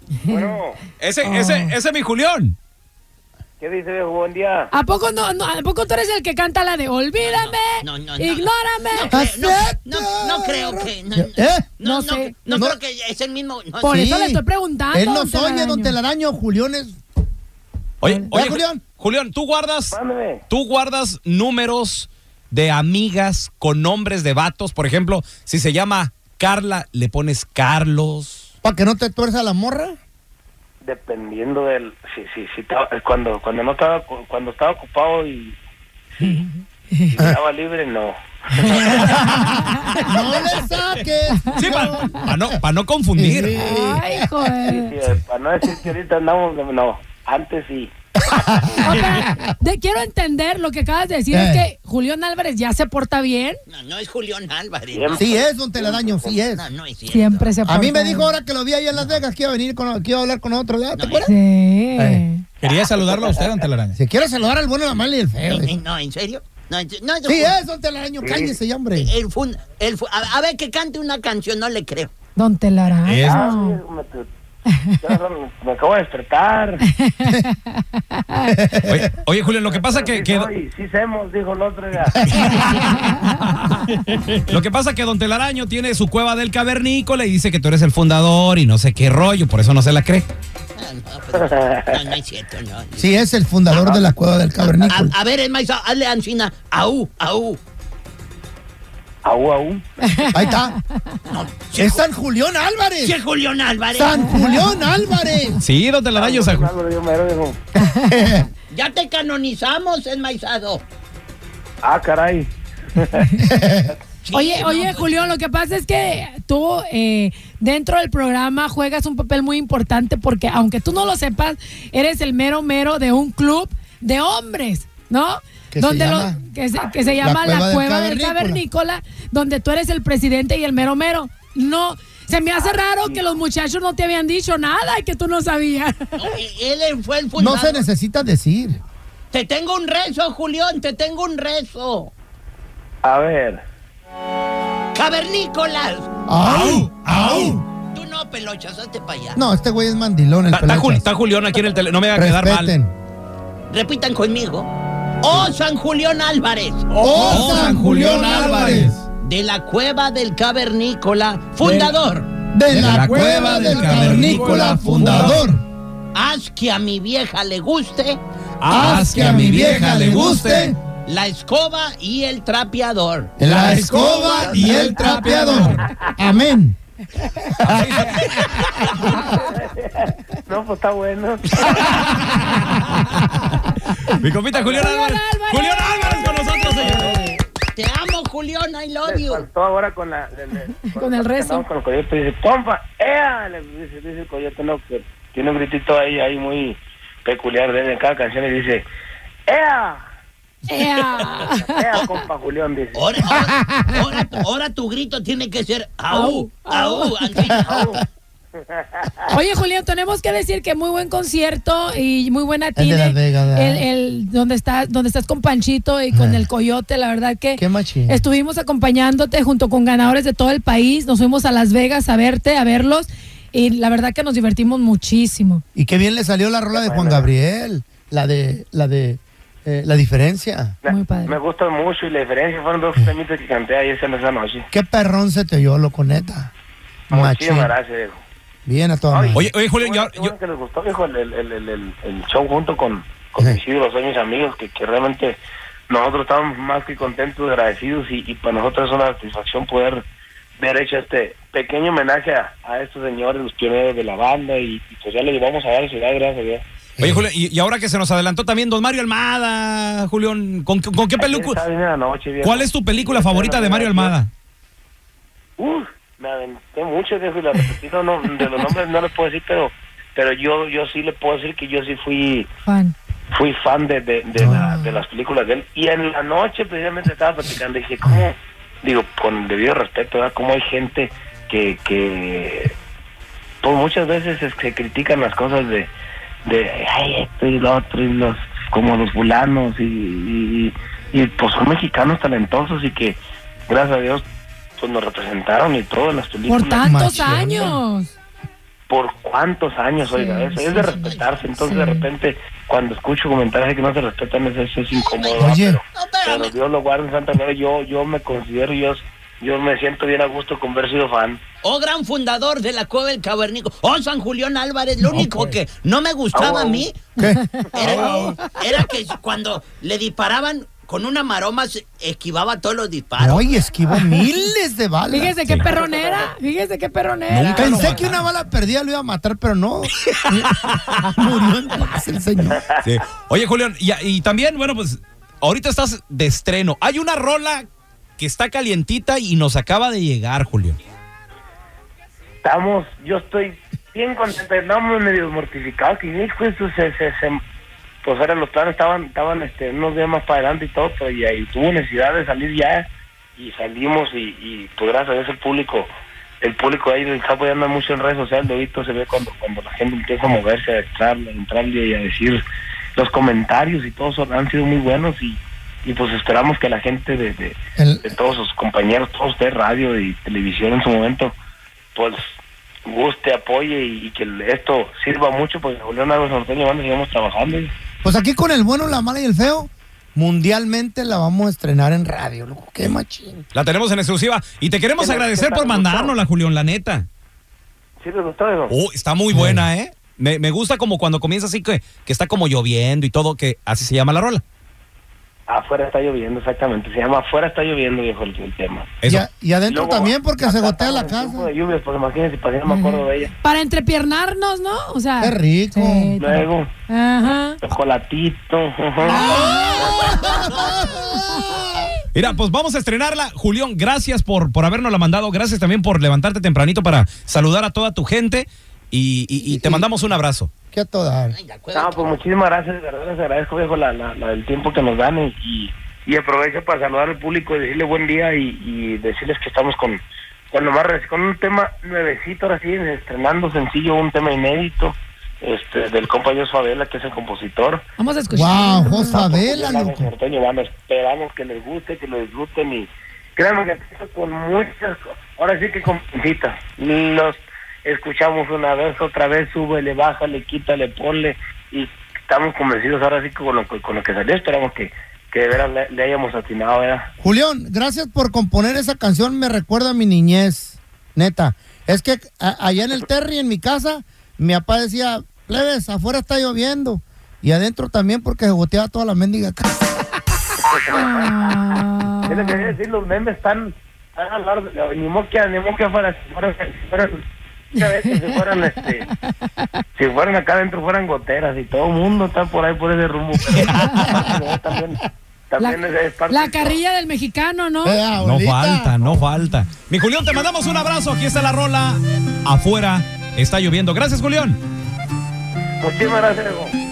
Bueno, Ese, Ah. ese, ese es mi Julián. ¿qué dices? Buen día. ¿A poco, no, no- ¿A poco tú eres el que canta la de Olvídame? No, no, no. ignórame. No, creo- no, no, no creo que. No, no- ¿Eh? no, ¿Ah, No no, sé. no No. creo que es el mismo. no, Por sí. eso le estoy preguntando, Él don nos oye, Telaraño. don Telaraño. Julián es. Oye, Ya, oye, Julián. Julián, tú guardas, Mándeme. tú guardas números de amigas con nombres de vatos. Por ejemplo, si se llama Carla, le pones Carlos. Para que no te tuerza la morra. Dependiendo del... Sí, sí, sí. estaba- Cuando, cuando, no estaba, cuando estaba ocupado y... Sí, si estaba libre, no. No le saques. Sí, para no, pa' no confundir. Sí. Ay, joder. Sí, eh, para no decir que ahorita andamos... No, no. antes sí. O sea, te quiero entender lo que acabas de decir es Eh. que Julián Álvarez ya se porta bien. No, no es Julián Álvarez. Siempre. Sí es, don Telaraño, sí es. No, no es cierto. Siempre se porta A mí me dijo bien. ahora que lo vi ahí en Las Vegas que iba a venir, con, que iba a hablar con otro, ¿ya? ¿Te No, acuerdas? Sí. Eh. Quería saludarlo a usted, don Telaraña. Si quieres saludar al bueno, la mala y el feo. Eh, eh, Sí No, en serio. No, en se- no, es, don Telaraño, cállese ya, hombre. Él fue un- él fue- a, a ver, que cante una canción, no le creo. Don Ah, sí, Es- Telaraño. me, ya son- me acabo de despertar. Oye, oye, Julián, lo que pasa Pero sí que, que- soy, sí hacemos, dijo el otro día. lo que pasa que don Telaraño tiene su cueva del cavernícola y dice que tú eres el fundador y no sé qué rollo, por eso no se la cree. Ah, No, pero- no, no es cierto, no. Sí es el fundador de la cueva del cavernícola. A, a ver, es más, hazle Ancina. Au, au. Aú, aú. Ahí está. Es San Julián Sí, Álvarez. es Julián Álvarez. San Julián Álvarez. Sí, don Telaraño. o sea, Algo de Homero, dijo. Ya te canonizamos, enmaizado. Ah, caray. Sí, Oye, no, oye, pues, Julián, lo que pasa es que tú eh, dentro del programa juegas un papel muy importante porque aunque tú no lo sepas, eres el mero mero de un club de hombres, ¿no? Que se donde lo- llama- que, se, que se llama la cueva, del, cavernícola, donde tú eres el presidente y el mero mero. No, se me hace raro que los muchachos no te habían dicho nada y que tú no sabías. Él fue el No fundador. se necesita decir. Te tengo un rezo, Julián, te tengo un rezo. A ver. Cavernícolas. ¡Au! ¡Au! Tú no, pelochas, hazte para allá. No, este güey es mandilón, el Está, está Jul- pelotas. está Julián aquí en el tele, no me haga quedar mal. Respeten. Repitan conmigo. Oh, San Julián Álvarez. ¡Oh, San Julián Álvarez! De la cueva del cavernícola, fundador. De la cueva del cavernícola, fundador. Haz que a mi vieja le guste Haz que a mi vieja le guste la escoba y el trapeador. la escoba y el trapeador. Amén. No, pues está bueno. Mi compita Julián Álvarez. Álvarez. Julián Álvarez con nosotros, señores. Te amo, Julián, I love Les you. faltó ahora con la... le- le- Con el rezo. andamos Con el coyote dice, compa, ¡ea! Le dice, dice el coyote, no, que tiene un gritito ahí, ahí muy peculiar de él en cada canción y dice, ¡ea! Ea. ¡Ea, compa Julián! Dice. Ahora, ahora- ahora- ahora tu grito tiene que ser au, au, Ancina. Au. Oye, Julián, tenemos que decir que muy buen concierto y muy buena de tine. Las Vegas, ¿verdad? el, el- donde, estás, donde estás con Panchito y con Ah. el Coyote, la verdad que Qué machín. estuvimos acompañándote junto con ganadores de todo el país. Nos fuimos a Las Vegas a verte, a verlos y la verdad que nos divertimos muchísimo. Y qué bien le salió la rola de Juan Gabriel. La de, la de, eh, la diferencia. La- Muy padre. Me gusta mucho y la diferencia fueron dos temitas que canté ayer en esa noche. Qué perrón se te oyó, loco, neta. Machín. Muchísimas gracias, viejo. Bien a toda madre. Oye, oye, Julián, Bueno, yo- qué yo, bueno que les gustó, viejo, el, el, el, el- el- el show junto con, con Sí. mis ídolos, son mis amigos, que, que realmente nosotros estamos más que contentos, agradecidos, y, y para nosotros es una satisfacción poder ver hecho este pequeño homenaje a, a estos señores, los pioneros de la banda, y, y pues ya lo llevamos a varias ciudades, gracias a Dios. Oye, Julián, y, y ahora que se nos adelantó también Don Mario Almada, Julián, ¿con, con- con qué Está película? bien en la noche, viejo. Este, ¿Cuál es tu película favorita de Mario Almada? Uf, me aventé mucho, viejo, y la repetí, no, no, de los nombres no les puedo decir, pero pero yo yo sí le puedo decir que yo sí fui Juan. fui fan de, de, de, la- de las películas de él. Y en la noche precisamente estaba platicando y dije, ¿cómo? Digo, con el debido respeto, ¿verdad? ¿Cómo hay gente que, que pues muchas veces es que se critican las cosas de, de, ay, esto y lo otro, y los, como los fulanos, y, y, y, y, pues son mexicanos talentosos y que, gracias a Dios, pues nos representaron y todo en las películas. Por tantos Machín. años. por cuántos años, oiga, eso es de respetarse. Entonces, de repente, cuando escucho comentarios que no se respetan, eso, eso es incómodo. ¿verdad? Oye. Pero, No, espérame. pero Dios lo guarde en Santa María. Yo, yo me considero, yo, yo me siento bien a gusto con haber sido fan. Oh, gran fundador de la Cueva del Cavernico. Oh, San Julián Álvarez. Lo único que no me gustaba a mí ¿Qué? era, era que cuando le disparaban con una maroma se esquivaba todos los disparos. Oye, esquivó miles de balas. Fíjese qué perronera, fíjese qué perronera. Nunca lo Pensé mataron. que una bala perdida lo iba a matar, pero no. Murió en paz el señor. Sí. Oye, Julián, y, y también, bueno, pues ahorita estás de estreno. Hay una rola que está calientita y nos acaba de llegar, Julián. Estamos, yo estoy bien contento, estamos medio mortificados, que hijo, eso se, se, se- pues eran los planes, estaban, estaban este, unos días más para adelante y todo, pero y ahí tuvo necesidad de salir ya, y salimos y, y pues gracias a Dios el público, el público ahí del campo ya anda mucho en redes sociales, ahorita se ve cuando, cuando la gente empieza a moverse, a entrar, a entrarle y a decir los comentarios y todos son- han sido muy buenos y, y pues esperamos que la gente de, de- El- de todos sus compañeros, todos de radio y televisión en su momento, pues guste, apoye y, y que esto sirva mucho, pues, porque Julián Álvarez Norteño Banda sigamos trabajando. Pues aquí con el bueno, la mala y el feo, mundialmente la vamos a estrenar en radio, loco. Qué machín. La tenemos en exclusiva y te queremos ¿Qué tal? agradecer ¿Qué tal? por mandárnosla, Julián, la neta. ¿Sí les gustó eso? Oh, está muy buena, ¿eh? Me, me gusta como cuando comienza así que, que está como lloviendo y todo, que así se llama la rola. Afuera está lloviendo, exactamente. Se llama Afuera está lloviendo, viejo, el, el tema. Eso. Y, a- y adentro Luego, también porque acá se gotea estamos la en casa. tiempo de lluvias, pues imagínense, para no me acuerdo de ella. Para entrepiernarnos, ¿no? O sea. Qué rico. sí, Luego, Ajá. chocolatito. ajá. Ah, Mira, pues vamos a estrenarla. Julián, gracias por, por habernosla mandado. Gracias también por levantarte tempranito para saludar a toda tu gente y, y- y te mandamos un abrazo. Qué a toda dar. Ay, la Cueva No, del pues muchísimas gracias, de verdad les agradezco, viejo, la, la, la del tiempo que nos dan y, y, y aprovecho para saludar al público y decirle buen día y, y decirles que estamos con, con lo más reci- con un tema nuevecito ahora sí, estrenando sencillo, un tema inédito, este, del compañero Favela, que es el compositor. Vamos a escuchar. Wow, Josa Ya Vela, saben, loco. norteño, bueno, esperamos que les guste, que lo disfruten y créanme que empiezo con muchas, co- ahora sí que con citas. Los escuchamos una vez, otra vez, súbele, bájale, quítale, ponle y estamos convencidos ahora sí que con lo, que- con lo que salió esperamos que, que de veras le, le hayamos atinado, ¿verdad? Julián, gracias por componer esa canción, me recuerda a mi niñez, neta. Es que a- allá en el Terry, en mi casa, mi papá decía, plebes, afuera está lloviendo. Y adentro también porque se goteaba toda la mendiga casa. Ah. Es lo que quería decir, los memes están están a la orden, ni modo que, ni modo que fuera, si fueran, si fueran, una vez que si fueran, este, si fueran acá adentro fueran goteras y todo el mundo está por ahí por ese rumbo. Pero, también, también La, es- es parte la de- carrilla del mexicano, ¿no? Eh, No abuelita. falta, no falta. Mi Julián, te mandamos un abrazo. Aquí está la rola. Afuera está lloviendo. Gracias, Julián. Muchísimas gracias. hijo.